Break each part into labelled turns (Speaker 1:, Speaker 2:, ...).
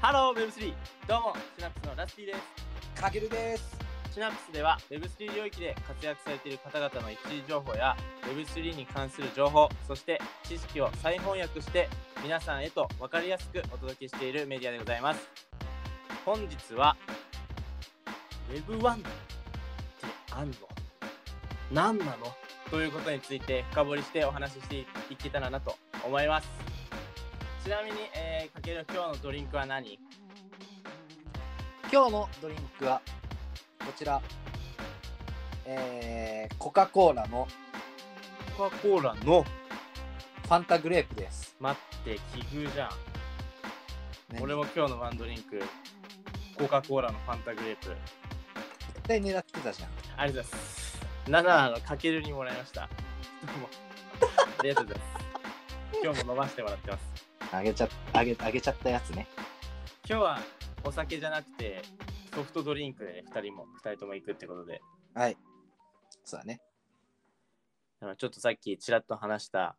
Speaker 1: ハロー Web3! どうも、シナプスのラスティです。
Speaker 2: かげるです。
Speaker 1: シナプスでは Web3 領域で活躍されている方々の一時情報や Web3 に関する情報、そして知識を再翻訳して皆さんへと分かりやすくお届けしているメディアでございます。本日は Web1 ってあんの何なのということについて深掘りしてお話ししていけたらなと思います。ちなみに、えー、かける今日のドリンクは何
Speaker 2: 今日のドリンクはこちら、えー、コカ・コーラの
Speaker 1: コカ・コーラの
Speaker 2: ファンタグレープです。
Speaker 1: 待って奇遇じゃん
Speaker 2: ね
Speaker 1: 俺も今日のワンドリンクコカ・コーラのファンタグレープ
Speaker 2: 絶対狙ってたじゃん。
Speaker 1: ありがとうございます7のかけるにもらいましたどうもありがとうございます今日も飲ませてもらってます
Speaker 2: あげちゃあげあげちゃったやつね。
Speaker 1: 今日はお酒じゃなくてソフトドリンクで、ね、2人も2人とも行くってことで
Speaker 2: はい。そうだね。
Speaker 1: あのちょっとさっきちらっと話した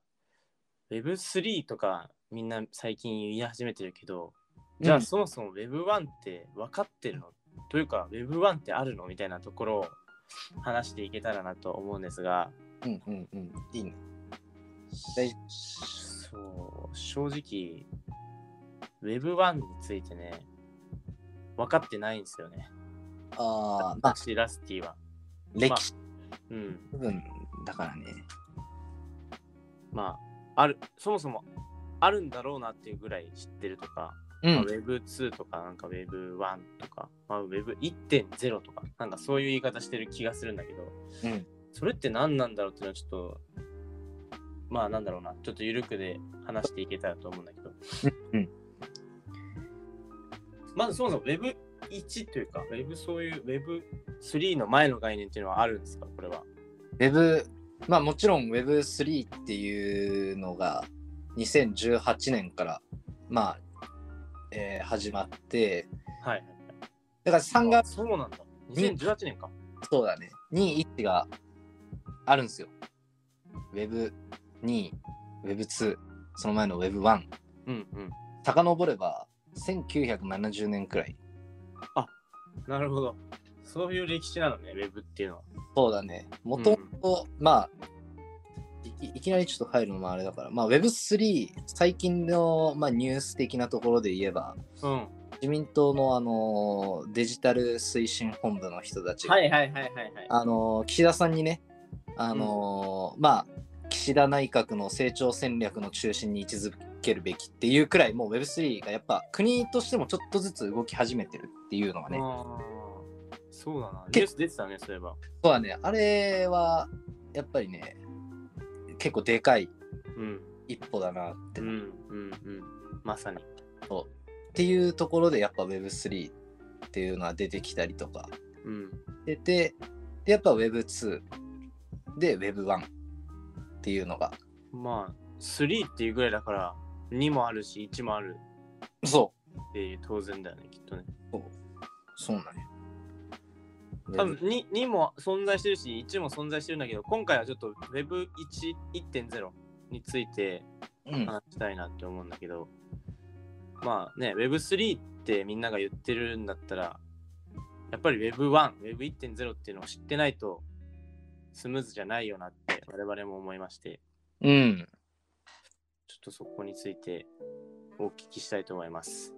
Speaker 1: Web3 とかみんな最近言い始めてるけど、じゃ
Speaker 2: う
Speaker 1: あ
Speaker 2: ん
Speaker 1: そもそも Web1 って分かってるのというか Web1 ってあるのみたいなところを話していけたらなと思うんですが
Speaker 2: うんうんうん。いいね。大丈
Speaker 1: そう正直 Web1 についてね分かってないんですよね
Speaker 2: 夫ああ、まあ、
Speaker 1: 私ラスティは
Speaker 2: 歴史
Speaker 1: うん
Speaker 2: 部分だからね。
Speaker 1: まああるそもそもあるんだろうなっていうぐらい知ってるとか
Speaker 2: う
Speaker 1: まあ。Web2 とか、なんか Web1 とか、まあ、Web1.0 とか、なんかそういう言い方してる気がするんだけど、
Speaker 2: うん。
Speaker 1: それって何なんだろうっていうのはちょっと、まあなんだろうな、ちょっと緩くで話していけたらと思うんだけど。
Speaker 2: うん
Speaker 1: まずそもそも Web1 というか、Web そういう Web3 の前の概念っていうのはあるんですかこれは。
Speaker 2: Web、まあもちろん Web3 っていうのが2018年から、まあ、えー始まって、
Speaker 1: はい。
Speaker 2: だから3
Speaker 1: あ
Speaker 2: 月
Speaker 1: そうなんだ。2018年か。
Speaker 2: そうだね。21があるんですよ。Web2、Web2、その前の Web1。
Speaker 1: うんうん。
Speaker 2: 遡れば1970年くらい。
Speaker 1: なるほど。そういう歴史なのね、Web っていうのは。
Speaker 2: そうだね。もともと、まあいき、いきなりちょっと入るのもあれだから、まあ Web3、最近の、まあ、ニュース的なところで言えば、
Speaker 1: うん。
Speaker 2: 自民党のあのーデジタル推進本部の人たちが、
Speaker 1: はいはいはいはいはい。
Speaker 2: あの岸田さんにね、あのまあ、岸田内閣の成長戦略の中心に位置づけるべきっていうくらい、もう Web3 がやっぱ国としてもちょっとずつ動き始めてるっていうのがね、
Speaker 1: あーそうだな。ニ
Speaker 2: け
Speaker 1: ュース出てたね、そういえば。
Speaker 2: そうだね、あれはやっぱりね、結構でかい
Speaker 1: うん。
Speaker 2: 一歩だなって。
Speaker 1: うん
Speaker 2: っ
Speaker 1: うんうん。まさに。
Speaker 2: ていうところで、やっぱ Web3 っていうのは出てきたりとか、
Speaker 1: うん。
Speaker 2: 出て、でやっぱ Web2 で Web1 っていうのが、
Speaker 1: まあ、3っていうぐらいだから、2もあるし、1もある
Speaker 2: そう。
Speaker 1: っていう当然だよね、きっとね。
Speaker 2: そうなんや。
Speaker 1: 多分 2, 2も存在してるし、1も存在してるんだけど、今回はちょっと Web1.0 について
Speaker 2: うん、
Speaker 1: 話したいなって思うんだけど、まあね、Web3 ってみんなが言ってるんだったら、やっぱり Web1、Web1.0 っていうのを知ってないとスムーズじゃないよなって我々も思いまして、
Speaker 2: うん。
Speaker 1: ちょっとそこについてお聞きしたいと思います。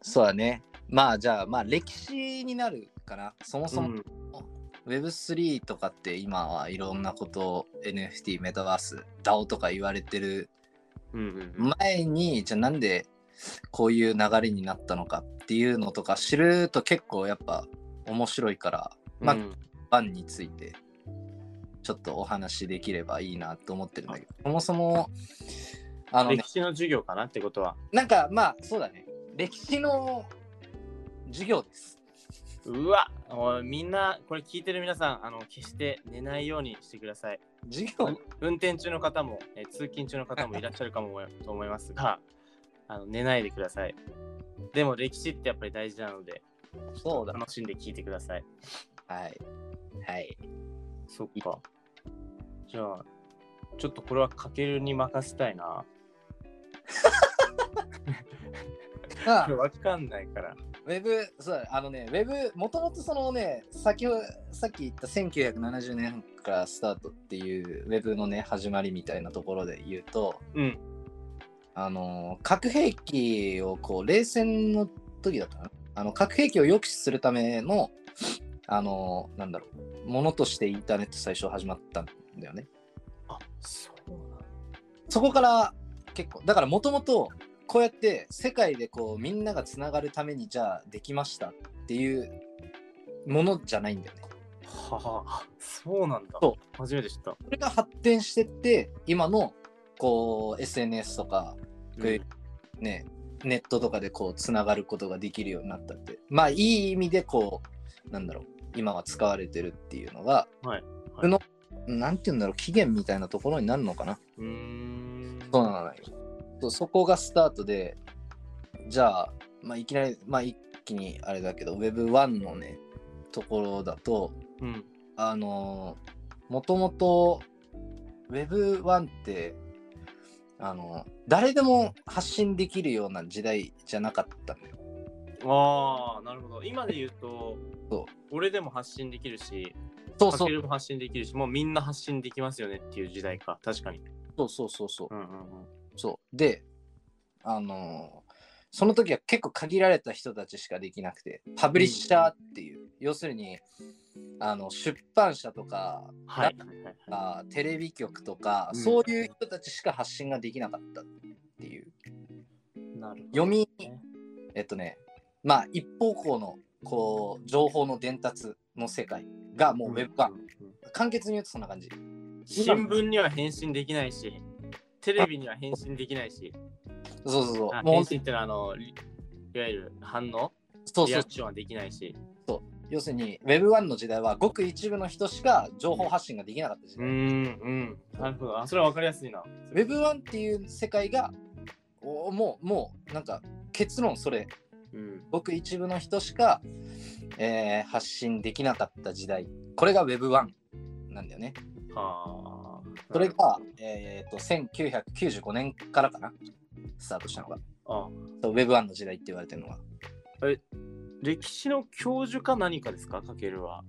Speaker 2: そうだね。まあじゃあ、まあ歴史になるかな。そもそも
Speaker 1: ん、
Speaker 2: Web3 とかって今はいろんなことを NFT、メタバース、DAO とか言われてる
Speaker 1: うんうんうん
Speaker 2: 前に、じゃあなんでこういう流れになったのかっていうのとか知ると結構やっぱ面白いから、まあ
Speaker 1: うん
Speaker 2: バンについてちょっとお話しできればいいなと思ってるんだけど、そもそも、あのね
Speaker 1: 歴史の授業かなってことは。
Speaker 2: なんかまあそうだね歴史の授業です
Speaker 1: うわおいみんな、これ聞いてる皆さん、あの決して寝ないようにしてください。
Speaker 2: 授
Speaker 1: うん運転中の方も、えー通勤中の方もいらっしゃるかもと思い ますがあの寝ないでくださいでも歴史ってやっぱり大事なので
Speaker 2: そうだ
Speaker 1: 楽しんで聞いてください
Speaker 2: はいはい
Speaker 1: そっかじゃあちょっとこれはかけるに任せたいな
Speaker 2: が
Speaker 1: わかんないから。
Speaker 2: ウェブ、そう、あのね、ウェブ、もともとそのね、先ほど、さっき言った1970年からスタートっていうウェブのね、始まりみたいなところで言うと、
Speaker 1: うん。
Speaker 2: あの、核兵器をこう、冷戦の時だったかな。あの、核兵器を抑止するための、あの、なんだろう、ものとしてインターネット最初始まったんだよね。
Speaker 1: あ、そうなんだ。
Speaker 2: そこから結構だからもともとこうやって世界でこうみんながつながるためにじゃあできましたっていうものじゃないんだよね。
Speaker 1: はあ、そうなんだ。
Speaker 2: そ
Speaker 1: 初めて知った。
Speaker 2: それが発展してって今のこう SNS とかこういうね、ネットとかでこうつながることができるようになったってまあいい意味でこうなんだろう今は使われてるっていうのが、
Speaker 1: はい
Speaker 2: そのなんて言うんだろう起源みたいなところになるのかな。
Speaker 1: うん。うーん
Speaker 2: そうなのよそうそこがスタートでじゃあ、まあ、いきなり、まあ、一気にあれだけど Web1 のねところだと
Speaker 1: うん。
Speaker 2: あのもともと Web1 ってあの誰でも発信できるような時代じゃなかったのよ
Speaker 1: ああ、なるほど。今で言うと、
Speaker 2: そう
Speaker 1: 俺でも発信できるし、
Speaker 2: そう
Speaker 1: か
Speaker 2: そ
Speaker 1: け
Speaker 2: う
Speaker 1: るも発信できるし、もうみんな発信できますよねっていう時代か。確かに。
Speaker 2: そうそうそうそう
Speaker 1: うんうん
Speaker 2: そうであのその時は結構限られた人たちしかできなくてパブリッシャーっていう、要するにあの出版社とか
Speaker 1: うん。はい。はいはいはい
Speaker 2: あテレビ局とか、
Speaker 1: うん
Speaker 2: そういう人たちしか発信ができなかったっていう
Speaker 1: なるほど
Speaker 2: 読みえっとねまあ一方向のこう情報の伝達の世界がもうウェブ版、簡潔に言うとそんな感じ
Speaker 1: 新聞には返信できないし、テレビには返信できないし、
Speaker 2: そうそうそう
Speaker 1: あ
Speaker 2: もう
Speaker 1: 返信っていうのはあの、リいわゆる反応、
Speaker 2: そう
Speaker 1: リ
Speaker 2: そう
Speaker 1: アクションはできないし。
Speaker 2: 要するに Web1 の時代はごく一部の人しか情報発信ができなかった時
Speaker 1: う
Speaker 2: 代、
Speaker 1: ん、うん。なるほど。あ、それはわかりやすいな。
Speaker 2: Web1 っていう世界がおもうもうなんか結論それ
Speaker 1: うん。
Speaker 2: ごく一部の人しか、えー発信できなかった時代これが Web1 なんだよね
Speaker 1: はあ。
Speaker 2: それが、えー、と1995年からかなスタートしたのが
Speaker 1: あ、
Speaker 2: そう Web1 の時代って言われてるのが
Speaker 1: 歴史の教授か何かですか、かける は。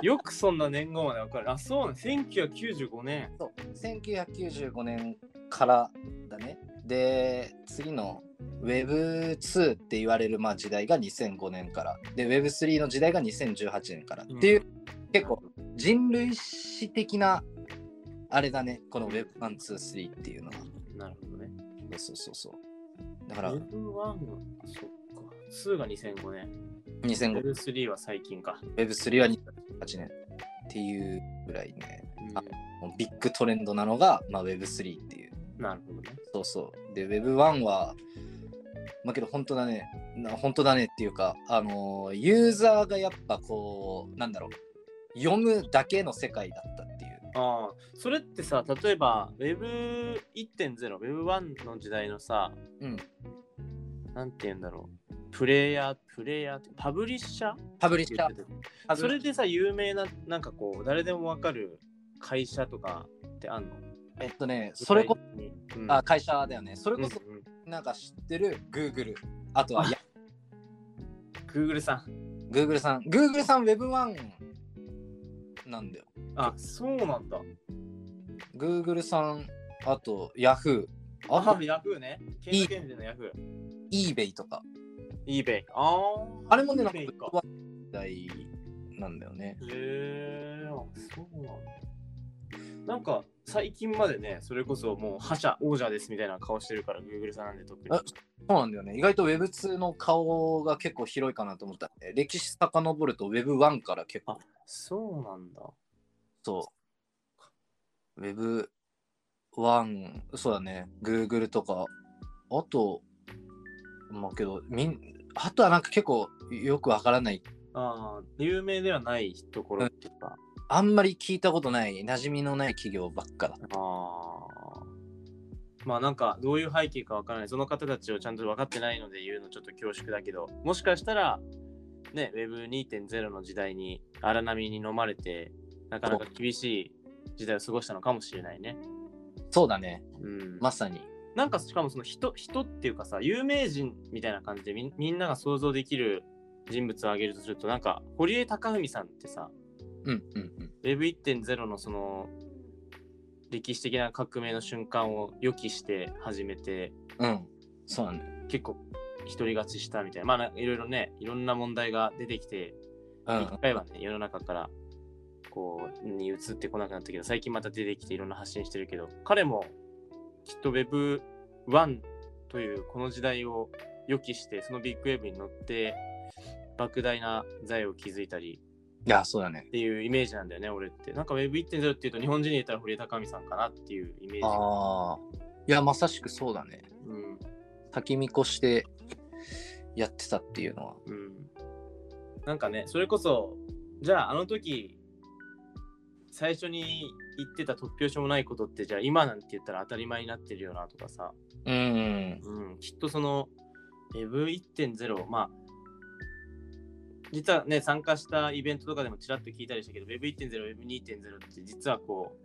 Speaker 1: よくそんな年号までわかる。あ、そうなん。1995年。
Speaker 2: そう1995年からだねで次の Web2 って言われるまあ時代が2005年からで Web3 の時代が2018年からっていう、結構人類史的なあれだねこの Web123 っていうのは
Speaker 1: なるほどね。
Speaker 2: そうそうそうだから
Speaker 1: F1 は、そっか。2が2005年。
Speaker 2: 2005
Speaker 1: F3 は最近か。
Speaker 2: Web3 は2008年っていうぐらいね
Speaker 1: うん
Speaker 2: あもうビッグトレンドなのが、まあ、Web3 っていう
Speaker 1: なるほどね。
Speaker 2: そうそうで Web1 はまあけど本当だねな本当だねっていうかあのーユーザーがやっぱこうなんだろう読むだけの世界だったっていう
Speaker 1: ああ、それってさ、例えば Web1.0、Web1 の時代のさ、
Speaker 2: うん
Speaker 1: なんて言うんだろう、プレイヤー、プレイヤーって、パブリッシャー
Speaker 2: パブリッシ
Speaker 1: 言
Speaker 2: ャ
Speaker 1: って
Speaker 2: ー
Speaker 1: たそれでさ、有名な、なんかこう、誰でもわかる会社とかってあんの
Speaker 2: えっとねそれこ
Speaker 1: 具体的にうん、
Speaker 2: そあ会社だよねそれ
Speaker 1: うんうん
Speaker 2: こそなんか知ってる Google あとは
Speaker 1: あ
Speaker 2: いや
Speaker 1: Google さん。
Speaker 2: Google さん Google さん Web1 なんだよ
Speaker 1: あ、そうなんだ。
Speaker 2: Google さんあと Yahoo あ
Speaker 1: あ
Speaker 2: と、
Speaker 1: Yahoo ね。ケンタケンジの Yahoo。
Speaker 2: eBay とか
Speaker 1: eBay。ああ。
Speaker 2: あれもね、なんか、
Speaker 1: eBay か
Speaker 2: 時代なんだよね。
Speaker 1: へえあそうなんだなんか最近までねそれこそもう覇者王者ですみたいな顔してるから Google さんなんで特に
Speaker 2: あそうなんだよね。意外と Web2 の顔が結構広いかなと思った。歴史遡ると Web1 から結構
Speaker 1: あ、そうなんだ
Speaker 2: そう。Web1、そうだね。Google とか、あと、まあけど、みんあとはなんか結構よくわからない。
Speaker 1: ああ有名ではないところっていうか、
Speaker 2: あんまり聞いたことない、馴染みのない企業ばっかだ。
Speaker 1: ああまあなんかどういう背景かわからないその方たちをちゃんと分かってないので言うのちょっと恐縮だけどもしかしたらね Web2.0 の時代に荒波に飲まれてなかなか厳しい時代を過ごしたのかもしれないね
Speaker 2: そうだね。
Speaker 1: うん
Speaker 2: まさに。
Speaker 1: なんかしかもその人人っていうかさ有名人みたいな感じでみんみんなが想像できる人物を挙げるとするとなんか堀江貴文さんってさ
Speaker 2: うんうんうん
Speaker 1: Web1.0 のその歴史的な革命の瞬間を予期して始めて
Speaker 2: うんそうなんだよ
Speaker 1: 結構独り勝ちしたみたいなまあないろいろねいろんな問題が出てきて一回はね世の中からこうに移ってこなくなったけど最近また出てきていろんな発信してるけど彼もきっと Web1 というこの時代を予期してそのビッグウェーブに乗って莫大な財を築いたり
Speaker 2: いやそうだね
Speaker 1: っていうイメージなんだよね俺ってなんか Web1.0 っていうと日本人で言ったら堀江貴美さんかなっていうイメージが
Speaker 2: ああいやまさしくそうだね
Speaker 1: うん
Speaker 2: 先見越してやってたっていうのは
Speaker 1: うんなんかねそれこそじゃああの時最初に言ってた突拍子もないことってじゃあ今なんて言ったら当たり前になってるよなとかさ、
Speaker 2: うん
Speaker 1: うん、きっとその Web1.0 まあ実はね参加したイベントとかでもちらっと聞いたりしたけど Web1.0、Web2.0 って実はこう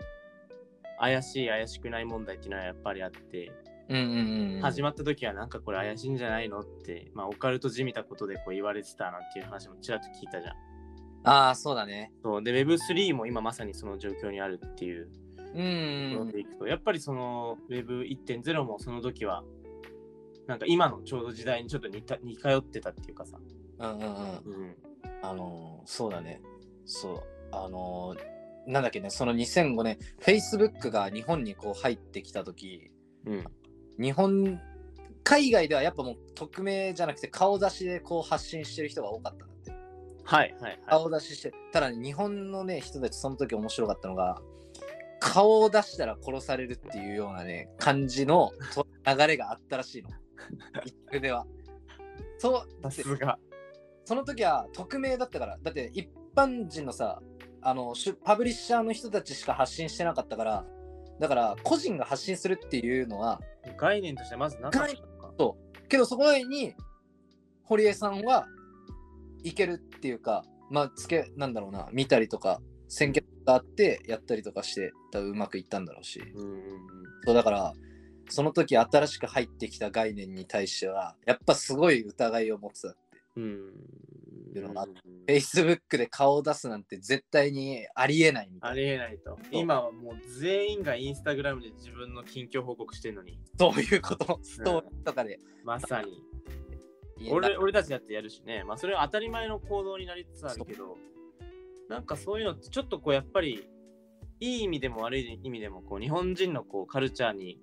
Speaker 1: 怪しい怪しくない問題っていうのはやっぱりあって、
Speaker 2: うんうんうん
Speaker 1: 始
Speaker 2: ま
Speaker 1: まった時はなんかこれ怪しいんじゃないのって、まあ、オカルトじみたことでこう言われてたなんていう話もちらっと聞いたじゃん。
Speaker 2: ああそうだね
Speaker 1: そうで Web3 も今まさにその状況にあるっていう
Speaker 2: うん
Speaker 1: とこ
Speaker 2: う
Speaker 1: ろ
Speaker 2: ん
Speaker 1: でいくと、やっぱりその Web1.0 もその時はなんか今のちょうど時代にちょっと似た似通ってたっていうかさ、
Speaker 2: うんうんうん
Speaker 1: うん、
Speaker 2: あのーそうだねそうあのーなんだっけねその2005年 Facebook が日本にこう入ってきた時
Speaker 1: うん、
Speaker 2: 日本海外ではやっぱもう匿名じゃなくて顔出しでこう発信してる人が多かったんだって
Speaker 1: はいはいはい。
Speaker 2: 顔出ししてただね日本のね人たちその時面白かったのが顔を出したら殺されるっていうようなね感じのと流れがあったらしいの一部ではそうだ
Speaker 1: さ
Speaker 2: って
Speaker 1: すが。
Speaker 2: その時は匿名だったからだって一般人のさあのしゅパブリッシャーの人たちしか発信してなかったからだから個人が発信するっていうのは
Speaker 1: 概念としてまずなかったのか。
Speaker 2: けどそこに堀江さんはいけるっていうかまあつけなんだろうな見たりとか選挙があってやったりとかして多分うまくいったんだろうし
Speaker 1: うんうんうん
Speaker 2: そうだからその時新しく入ってきた概念に対してはやっぱすごい疑いを持つだって
Speaker 1: うん
Speaker 2: いうのがあっ
Speaker 1: うん
Speaker 2: Facebook で顔を出すなんて絶対にありえないみたい
Speaker 1: あ
Speaker 2: な
Speaker 1: りえないと。今はもう全員がインスタグラムで自分の近況報告してるのに。
Speaker 2: そういうことストーリーとかで
Speaker 1: まさに。
Speaker 2: 言えな
Speaker 1: 俺俺たちだってやるしね。まあそれは当たり前の行動になりつつあるけど、なんかそういうのってちょっとこうやっぱり、いい意味でも悪い意味でもこう日本人のこうカルチャーに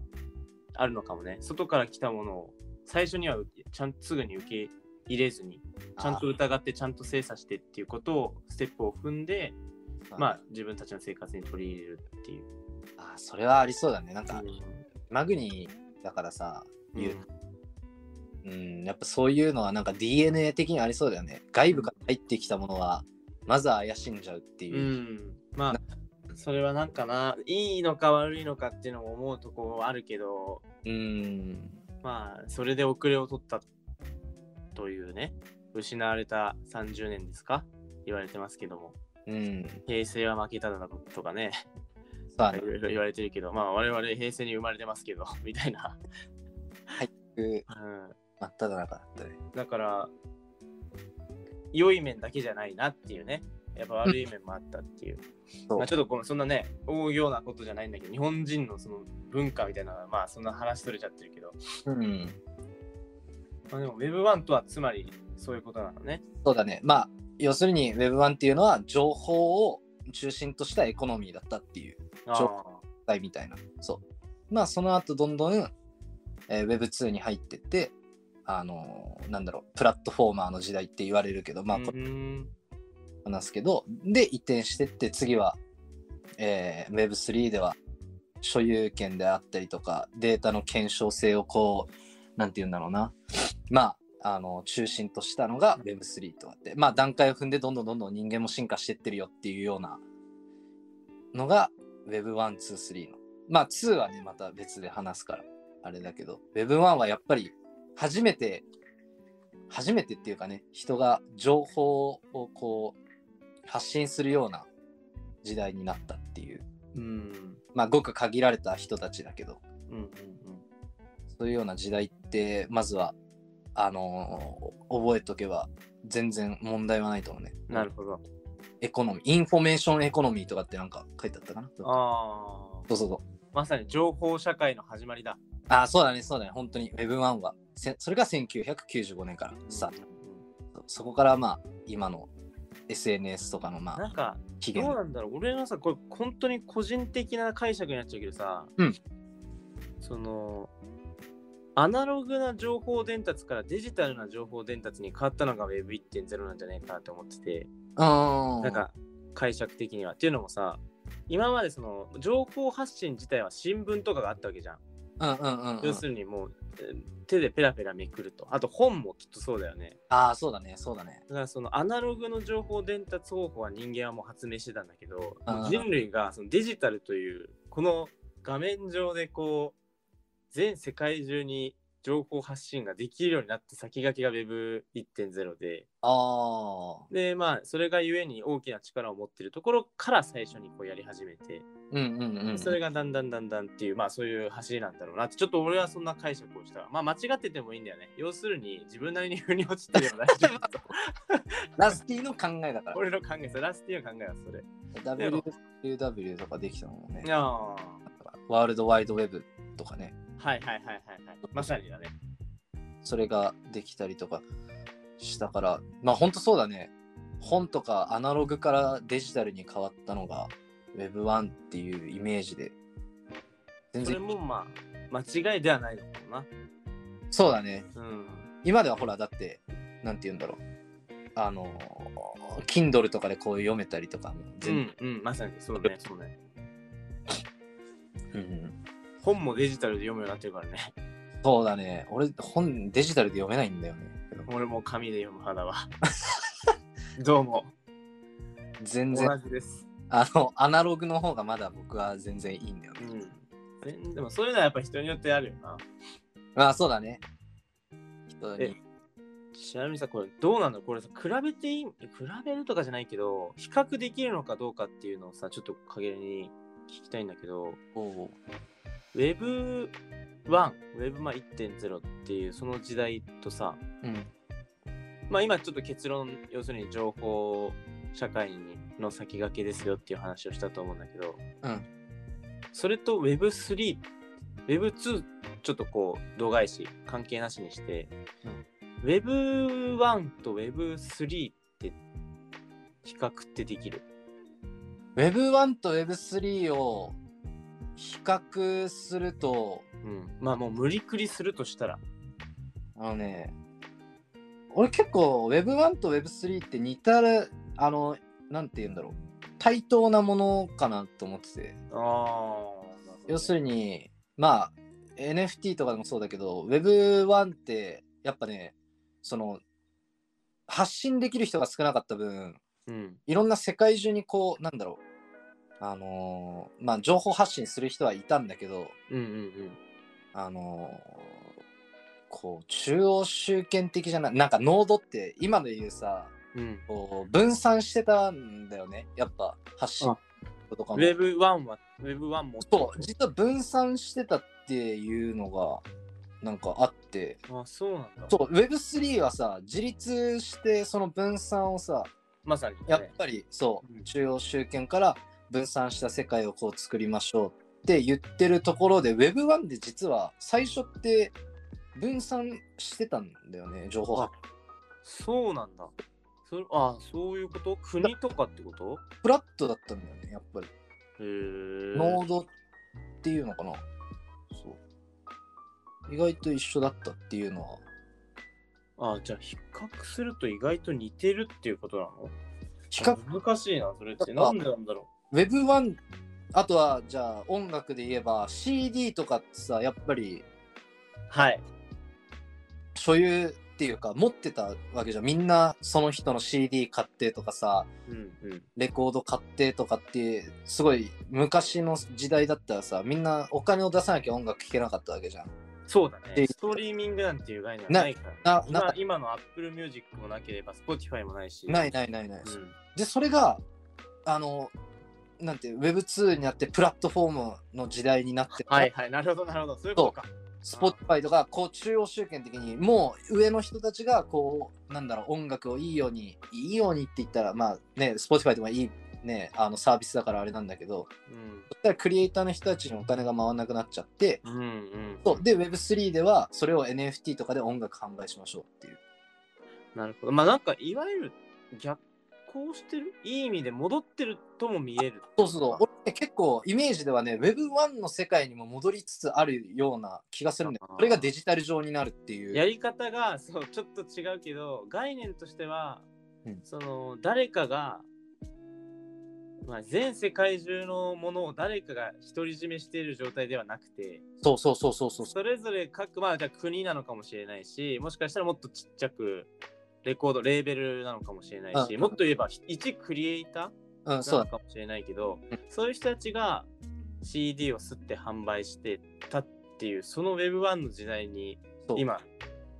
Speaker 1: あるのかもね。外から来たものを最初にはちゃんすぐに受け入れずに、ちゃんと疑ってちゃんと精査してっていうことをステップを踏んで、
Speaker 2: あー
Speaker 1: まあ自分たちの生活に取り入れるっていう。
Speaker 2: あーそれはありそうだねなんか、
Speaker 1: う
Speaker 2: マグニーだからさ
Speaker 1: ん
Speaker 2: 言ううん、やっぱそういうのはなんか DNA 的にありそうだよね。外部から入ってきたものは、まずは怪しんじゃうっていうう。
Speaker 1: ん、まあそれはなんかないいのか悪いのかっていうのも思うところはあるけど
Speaker 2: うん。
Speaker 1: まあそれで遅れを取ったというね失われた30年ですか言われてますけども
Speaker 2: うん。
Speaker 1: 平成は負けただとかね
Speaker 2: そうだ
Speaker 1: い
Speaker 2: ね。
Speaker 1: ろいろ言われてるけどまあ我々平成に生まれてますけど みたいな、うん、
Speaker 2: 真っ只中だったね。
Speaker 1: だから良い面だけじゃないなっていうねやっぱ悪い面もあったっていう
Speaker 2: そう
Speaker 1: まあ、ちょっとこのそんなね大行なことじゃないんだけど日本人のその文化みたいなのはまあそんな話取れちゃってるけど、
Speaker 2: うん。
Speaker 1: まあ、でも Web1 とはつまりそういうことなのね
Speaker 2: そうだね。まあ、要するに Web1 っていうのは、情報を中心としたエコノミーだったっていう、
Speaker 1: ああ
Speaker 2: 代みたいな。そう。まあ、その後、どんどん、えー Web2 に入ってって、あのーなんだろう、プラットフォーマーの時代って言われるけど、まあ、こ
Speaker 1: うーん
Speaker 2: 話すけどで移転してって次は、えー Web3 では所有権であったりとかデータの検証性をこうなんて言うんだろうなまああの中心としたのが Web3 とかってまあ段階を踏んでどんどんどんどん人間も進化してってるよっていうようなのが Web123 のまあ2はねまた別で話すからあれだけど Web1 はやっぱり初めて初めてっていうかね人が情報をこう発信するような時代になったっていう
Speaker 1: うん
Speaker 2: まあごく限られた人たちだけど
Speaker 1: うんうんうん
Speaker 2: そういうような時代ってまずはあのー覚えとけば全然問題はないと思うね
Speaker 1: なるほど。
Speaker 2: エコノミーインフォメーションエコノミーとかってなんか書いてあったかな
Speaker 1: ああ。
Speaker 2: そうそうそう
Speaker 1: まさに情報社会の始まりだ。
Speaker 2: あーそうだねそうだね本当に Web1 はせそれが1995年からスタートそそこからまあ今の SNS とかのま
Speaker 1: な
Speaker 2: あ
Speaker 1: んか、
Speaker 2: 起
Speaker 1: どう
Speaker 2: 源
Speaker 1: なんだろう俺はさ、これ本当に個人的な解釈になっちゃうけどさ、
Speaker 2: うん
Speaker 1: その、アナログな情報伝達からデジタルな情報伝達に変わったのが Web1.0 なんじゃないかなと思ってて、
Speaker 2: あー
Speaker 1: なんか解釈的には。っていうのもさ、今までその情報発信自体は新聞とかがあったわけじゃん。
Speaker 2: うんうんうんうん
Speaker 1: 要するにもうえー手でペラペラめくると。あと本もきっとそうだよね。
Speaker 2: ああそうだねそうだね
Speaker 1: だからそのアナログの情報伝達方法は人間はもう発明してたんだけど
Speaker 2: あー
Speaker 1: もう人類がそのデジタルというこの画面上でこう全世界中に情報発信ができるようになって先駆けが Web1.0 で
Speaker 2: ああ
Speaker 1: でまあそれがゆえに大きな力を持ってるところから最初にこうやり始めて
Speaker 2: うんうんうん
Speaker 1: それがだんだんだんだんっていうまあそういう走りなんだろうなってちょっと俺はそんな解釈をしたまあ間違っててもいいんだよね要するに自分なりに腑に落ちてるよう な
Speaker 2: ラスティの考えだから
Speaker 1: 俺の考えそれラスティの考えはそれ
Speaker 2: WWW とかできたもんね。
Speaker 1: あ
Speaker 2: ワールドワイドウェブとかね、
Speaker 1: あはいはいはいはいはいまさにだね
Speaker 2: それができたりとかしたから、まあ本当そうだね。本とかアナログからデジタルに変わったのが Web1 っていうイメージで。全
Speaker 1: それ
Speaker 2: 然
Speaker 1: もまあ間違いではないのかもな
Speaker 2: そうだね。
Speaker 1: うん
Speaker 2: 今ではほら、だって、なんて言うんだろう。あの、Kindle とかでこう読めたりとかも
Speaker 1: う
Speaker 2: 全、
Speaker 1: ん、うん、まさにそうねそうね
Speaker 2: うんうん
Speaker 1: 本もデジタルで読むようになってるからね
Speaker 2: そうだね。俺、本デジタルで読めないんだよね。
Speaker 1: 俺も紙で読む派だわ どうも
Speaker 2: 全然
Speaker 1: 同じです
Speaker 2: あの、アナログの方がまだ僕は全然いいんだよ
Speaker 1: う
Speaker 2: ね。
Speaker 1: ん全でもそういうのはやっぱ人によってあるよな
Speaker 2: まあ、そうだね。人
Speaker 1: え
Speaker 2: に。
Speaker 1: ちなみにさこれどうなのこれさ比べていい比べるとかじゃないけど比較できるのかどうかっていうのをさちょっと陰に聞きたいんだけど
Speaker 2: こ
Speaker 1: Web1、Web1.0 っていうその時代とさ、
Speaker 2: ううん。
Speaker 1: まあ今ちょっと結論、要するに情報社会の先駆けですよっていう話をしたと思うんだけど、
Speaker 2: うん
Speaker 1: それと Web3、Web2 ちょっとこう度外視、関係なしにして、Web1 と Web3 って比較ってできる。
Speaker 2: Web1 と Web3 を比較すると、
Speaker 1: うん、まあもう無理くりするとしたら。
Speaker 2: あのね、俺結構 Web1 と Web3 って似たる、あの、なんて言うんだろう。対等なものかなと思ってて。
Speaker 1: ああ、
Speaker 2: 要するに、まあ、NFT とかでもそうだけど、Web1 って、やっぱね、その、発信できる人が少なかった分、
Speaker 1: に、うん、
Speaker 2: いろんな世界中にこう、なんだろう、あのーまあ、情報発信する人はいたんだけど、
Speaker 1: うんうんうん。
Speaker 2: あのーこう、中央集権的じゃない、なんかノードって、今で言うさ、
Speaker 1: うん、
Speaker 2: こう分散してたんだよね、やっぱ、発信
Speaker 1: あ
Speaker 2: とか
Speaker 1: ウ
Speaker 2: も。
Speaker 1: ェブ1は、ウェブ1も。
Speaker 2: そう、実は分散してたっていうのが、なんかあって、
Speaker 1: あ、そうなんだ。
Speaker 2: そう、Web3 はさ、自立して、その分散をさ、
Speaker 1: まさに、
Speaker 2: やっぱりそうう、
Speaker 1: ん
Speaker 2: 中央集権から分散した世界をこう作りましょうって言ってるところで Web1 で実は最初って分散してたんだよね、情報
Speaker 1: あ
Speaker 2: 発
Speaker 1: そうなんだ。それあ、そういうこと国とかってこと
Speaker 2: フラットだったんだよね、やっぱり。
Speaker 1: へえ。
Speaker 2: ノードっていうのかな。そう。意外と一緒だったっていうのは。
Speaker 1: あ、じゃあ比較すると意外と似てるっていうことなの
Speaker 2: 比較、
Speaker 1: あ難しいな、それっ
Speaker 2: 比
Speaker 1: て。
Speaker 2: 較
Speaker 1: なんでなんだろ
Speaker 2: Web1、あとはじゃあ音楽で言えば CD とかってさ、やっぱり
Speaker 1: うはい。
Speaker 2: 所有っていうか持ってたわけじゃんみんなその人の CD 買ってとかさ
Speaker 1: うんうん。
Speaker 2: レコード買ってとかってすごい昔の時代だったらさみんなお金を出さなきゃ音楽聴けなかったわけじゃん
Speaker 1: そうだ
Speaker 2: で
Speaker 1: ね。ストリーミングなんていう概念はないから。
Speaker 2: なな
Speaker 1: 今今の Apple Music もなければ Spotify もないし。。
Speaker 2: ないいないないない、
Speaker 1: うん、
Speaker 2: でそれがあのなんて Web2 になってプラットフォームの時代になって、
Speaker 1: はいはい。なるほどなるほど。そういうことか。
Speaker 2: Spotify とかこう中央集権的にもう上の人たちがこうなんだろう音楽をいいようにいいようにって言ったらまあね Spotify とかいいねあのサービスだからあれなんだけど
Speaker 1: うん
Speaker 2: そしたらクリエイターの人たちにお金が回らなくなっちゃって
Speaker 1: うんうん
Speaker 2: そうで Web3 ではそれを NFT とかで音楽販売しましょうっていう
Speaker 1: なるほどまあなんかいわゆる逆行してるいい意味で戻ってるとも見える
Speaker 2: そうそうそう俺ね結構イメージではね Web1 の世界にも戻りつつあるような気がするんだよ
Speaker 1: あー
Speaker 2: それがデジタル上になるっていう
Speaker 1: やり方がそうちょっと違うけど概念としては、
Speaker 2: うん
Speaker 1: その誰かが、まあ、全世界中のものを誰かが独り占めしている状態ではなくて
Speaker 2: そうそうそうそうそう
Speaker 1: それぞれ各、まあ、じゃあ国なのかもしれないしもしかしたらもっとちっちゃくレコードレーベルなのかもしれないし、
Speaker 2: うん
Speaker 1: もっと言えば一クリエイタ
Speaker 2: うん
Speaker 1: ー
Speaker 2: そ
Speaker 1: な
Speaker 2: う
Speaker 1: の
Speaker 2: だ
Speaker 1: かもしれないけど
Speaker 2: うん
Speaker 1: そういう人たちが CD を吸って販売してたっていうその Web1 の時代に
Speaker 2: そう
Speaker 1: 今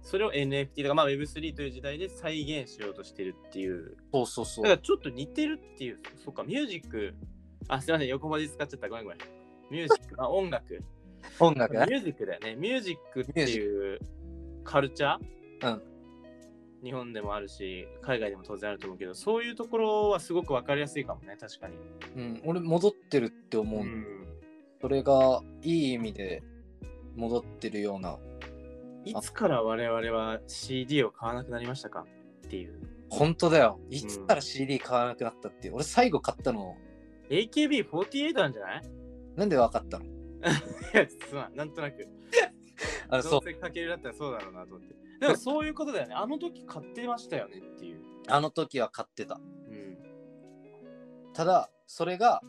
Speaker 1: それを NFT とか、まあ、Web3 という時代で再現しようとしてるっていう
Speaker 2: そうそうそ
Speaker 1: だ
Speaker 2: う
Speaker 1: からちょっと似てるっていうそっかミュージックあすいません横文字使っちゃったごめんごめんミュージ ックあ音楽
Speaker 2: 音
Speaker 1: ミ
Speaker 2: 楽ね
Speaker 1: ュージックだよねミュージックっていうカルチャー、
Speaker 2: うん
Speaker 1: 日本でもあるし海外でも当然あると思うけどそういうところはすごく分かりやすいかもね確かに、
Speaker 2: うん、俺戻ってるって思う、それがいい意味で戻ってるようない
Speaker 1: つから我々は CD を買わなくなりましたかっていう
Speaker 2: 本当だよいつから CD 買わなくなったっていう、俺最後買ったの
Speaker 1: AKB48 なんじゃない
Speaker 2: なんで分かったの
Speaker 1: いやすまんなんとなく
Speaker 2: あの
Speaker 1: ど
Speaker 2: そう
Speaker 1: うせかけるだったらそうだろうなと思ってでもそういうことだよねあの時買ってましたよねっていう、
Speaker 2: あの時は買ってた
Speaker 1: うん、
Speaker 2: ただそれが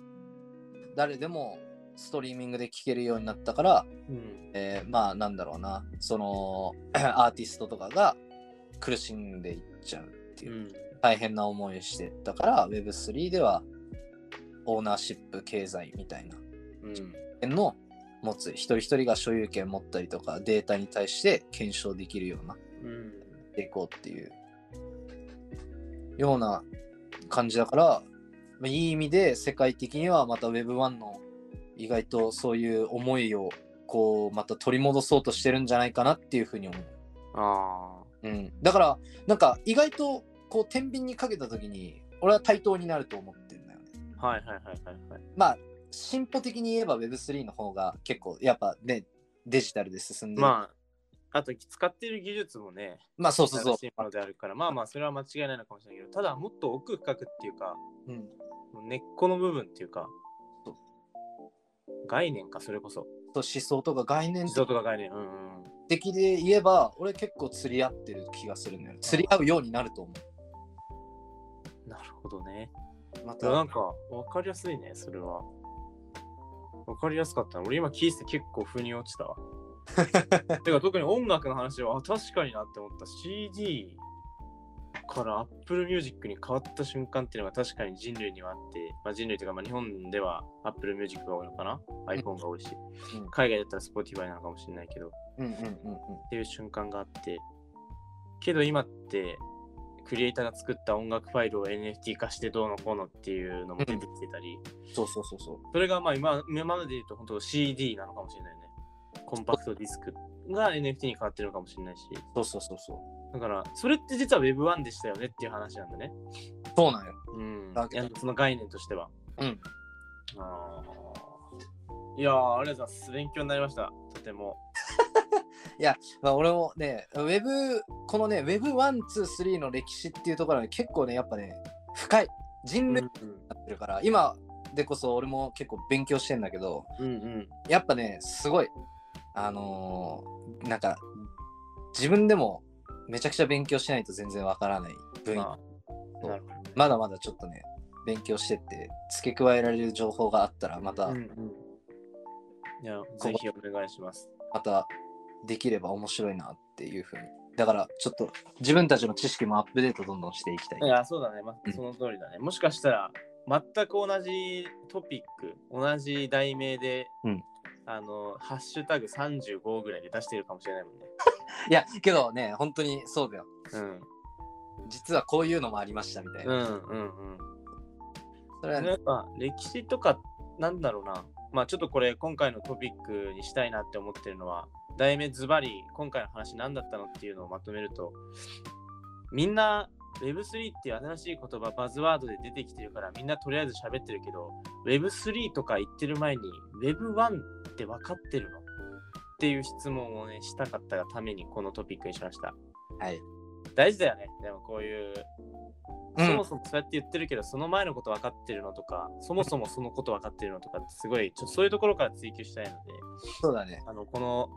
Speaker 2: 誰でもストリーミングで聴けるようになったから、
Speaker 1: うん
Speaker 2: えーまあなんだろうなその アーティストとかが苦しんでいっちゃうっていうう、
Speaker 1: ん
Speaker 2: 大変な思いしてだから Web3 ではオーナーシップ経済みたいな
Speaker 1: うん
Speaker 2: の持つ一人一人が所有権持ったりとかデータに対して検証できるような
Speaker 1: うん
Speaker 2: っていこうっていうような感じだからまあいい意味で世界的にはまた Web1 の意外とそういう思いをこうまた取り戻そうとしてるんじゃないかなっていうふうに思う。
Speaker 1: ああ
Speaker 2: うん、だからなんか意外とこう天秤にかけた時に俺は対等になると思ってんだよね。
Speaker 1: はいはいはいはいはい
Speaker 2: まあ進歩的に言えば Web3 の方が結構やっぱねデジタルで進んでる、
Speaker 1: まあ、あと使ってる技術もね、
Speaker 2: まあそうそうそう
Speaker 1: 新しいものであるから、まあまあ、それは間違いないのかもしれないけど、ただ、もっと奥深くっていうか、
Speaker 2: うん、
Speaker 1: もう根っこの部分っていうか
Speaker 2: そう、
Speaker 1: 概念か、それこそ。
Speaker 2: そう思想とか概念
Speaker 1: 思
Speaker 2: とか
Speaker 1: 想とか概念。うんうん。
Speaker 2: 的で言えば俺結構釣り合ってる気がするんだよね釣り合うようになると思
Speaker 1: なるほどね。
Speaker 2: うま
Speaker 1: いやなん
Speaker 2: た
Speaker 1: か、わかりやすいね、それは。わかりやすかったな。俺今聞いてて結構腑に落ち たわ。てか特に音楽の話はあ確かになって思った CD から Apple Music に変わった瞬間っていうのが確かに人類にはあって、まあ、人類というかまあ日本では Apple Music が多いのかな iPhone が多いし、
Speaker 2: うん
Speaker 1: 海外だったら Spotify なのかもしれないけどっ
Speaker 2: うんうんうんうん
Speaker 1: ていう瞬間があってけど今ってクリエイターが作った音楽ファイルを NFT 化してどうのこうのっていうのも出てきてたり、
Speaker 2: そうそうそうそう
Speaker 1: それがまあ今今までで言うと本当 CD なのかもしれないねコンパクトディスクが NFT に変わってるのかもしれないし
Speaker 2: そうそうそうそ
Speaker 1: だから、それって実は Web1 でしたよねっていう話なんだね。
Speaker 2: うそうなんよ
Speaker 1: うん
Speaker 2: だ。け
Speaker 1: い
Speaker 2: ど
Speaker 1: やその概念としては。
Speaker 2: うん。
Speaker 1: あーいやー、ありがとうございます。勉強になりました。とても。
Speaker 2: まあ、俺もね、ウェブ、このね、ウェブ1、2、3の歴史っていうところはね結構ね、やっぱね、深い。人類になってるから、今でこそ俺も結構勉強してんだけど、
Speaker 1: うんうん。
Speaker 2: やっぱね、すごい、あのーなんか、自分でもめちゃくちゃ勉強しないと全然わからない分野、
Speaker 1: まあ、なる
Speaker 2: まだまだちょっとね、勉強してって、付け加えられる情報があったら、ま
Speaker 1: ほ
Speaker 2: た、
Speaker 1: ど。うんうん。いや、ぜひお願いします。
Speaker 2: またできれば面白いなっていうふうに。だから、ちょっと自分たちの知識もアップデートどんどんしていきたい。
Speaker 1: いや、そうだね。ま
Speaker 2: うん
Speaker 1: その通りだね。もしかしたら、全く同じトピック、同じ題名で、
Speaker 2: うん
Speaker 1: あの、ハッシュタグ35ぐらいで出してるかもしれないもんね。
Speaker 2: いや、けどね、本当にそうだよ。
Speaker 1: うん。
Speaker 2: 実はこういうのもありましたみたいう
Speaker 1: ん
Speaker 2: な。
Speaker 1: うんうん。
Speaker 2: それはね
Speaker 1: やっぱ歴史とかなんだろうなまあちょっとこれ今回のトピックにしたいなって思ってるのは題名ズバリ今回の話何だったのっていうのをまとめるとみんな Web3 っていう新しい言葉バズワードで出てきてるからみんなとりあえず喋ってるけど Web3 とか言ってる前に Web1 って分かってるのっていう質問をねしたかったがためにこのトピックにしました
Speaker 2: はい
Speaker 1: 大事だよねでもこういう
Speaker 2: うん
Speaker 1: そもそもそうやって言ってるけど、その前のこと分かってるのとか、そもそもそのこと分かってるのとかって、すごい、ちょっとそういうところから追求したいので、
Speaker 2: そうだね
Speaker 1: あの、この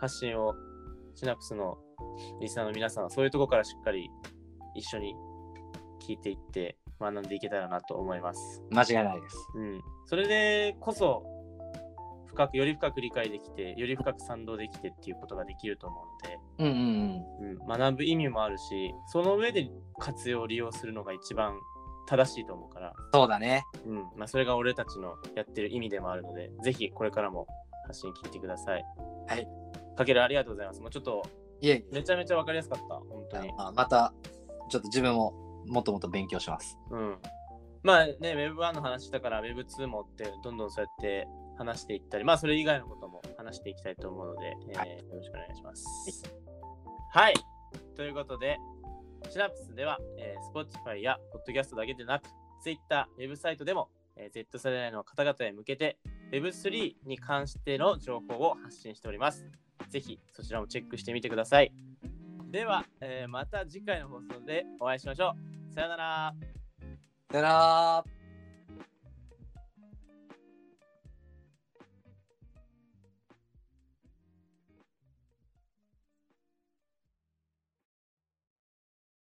Speaker 1: 発信を、シナプスのリスナーの皆さんは、そういうところからしっかり一緒に聞いていって、学んでいけたらなと思います。
Speaker 2: 間違いないです
Speaker 1: うん。それでこそ、深く、より深く理解できて、より深く賛同できてっていうことができると思うので、
Speaker 2: うんうんうん
Speaker 1: うん、学ぶ意味もあるしその上で活用利用するのが一番正しいと思うから、
Speaker 2: そうだね
Speaker 1: うんまあ、それが俺たちのやってる意味でもあるのでぜひこれからも発信聞いてください
Speaker 2: はい
Speaker 1: かけるありがとうございますもうちょっと
Speaker 2: いえいえ
Speaker 1: めちゃめちゃ分かりやすかった本当に
Speaker 2: あまたちょっと自分ももっともっと勉強します
Speaker 1: うんまあね Web1 の話だから Web2 もってどんどんそうやって話していったりまあそれ以外のことも話していきたいと思うので、えー
Speaker 2: はい
Speaker 1: よろしくお願いしますはい、ということで、シナプスでは、えー Spotify や Podcast だけでなく、Twitter、ウェブサイトでも、えー Z 世代の方々へ向けて Web3 に関しての情報を発信しております。ぜひそちらもチェックしてみてください。では、えーまた次回の放送でお会いしましょう。さよなら。
Speaker 2: さよなら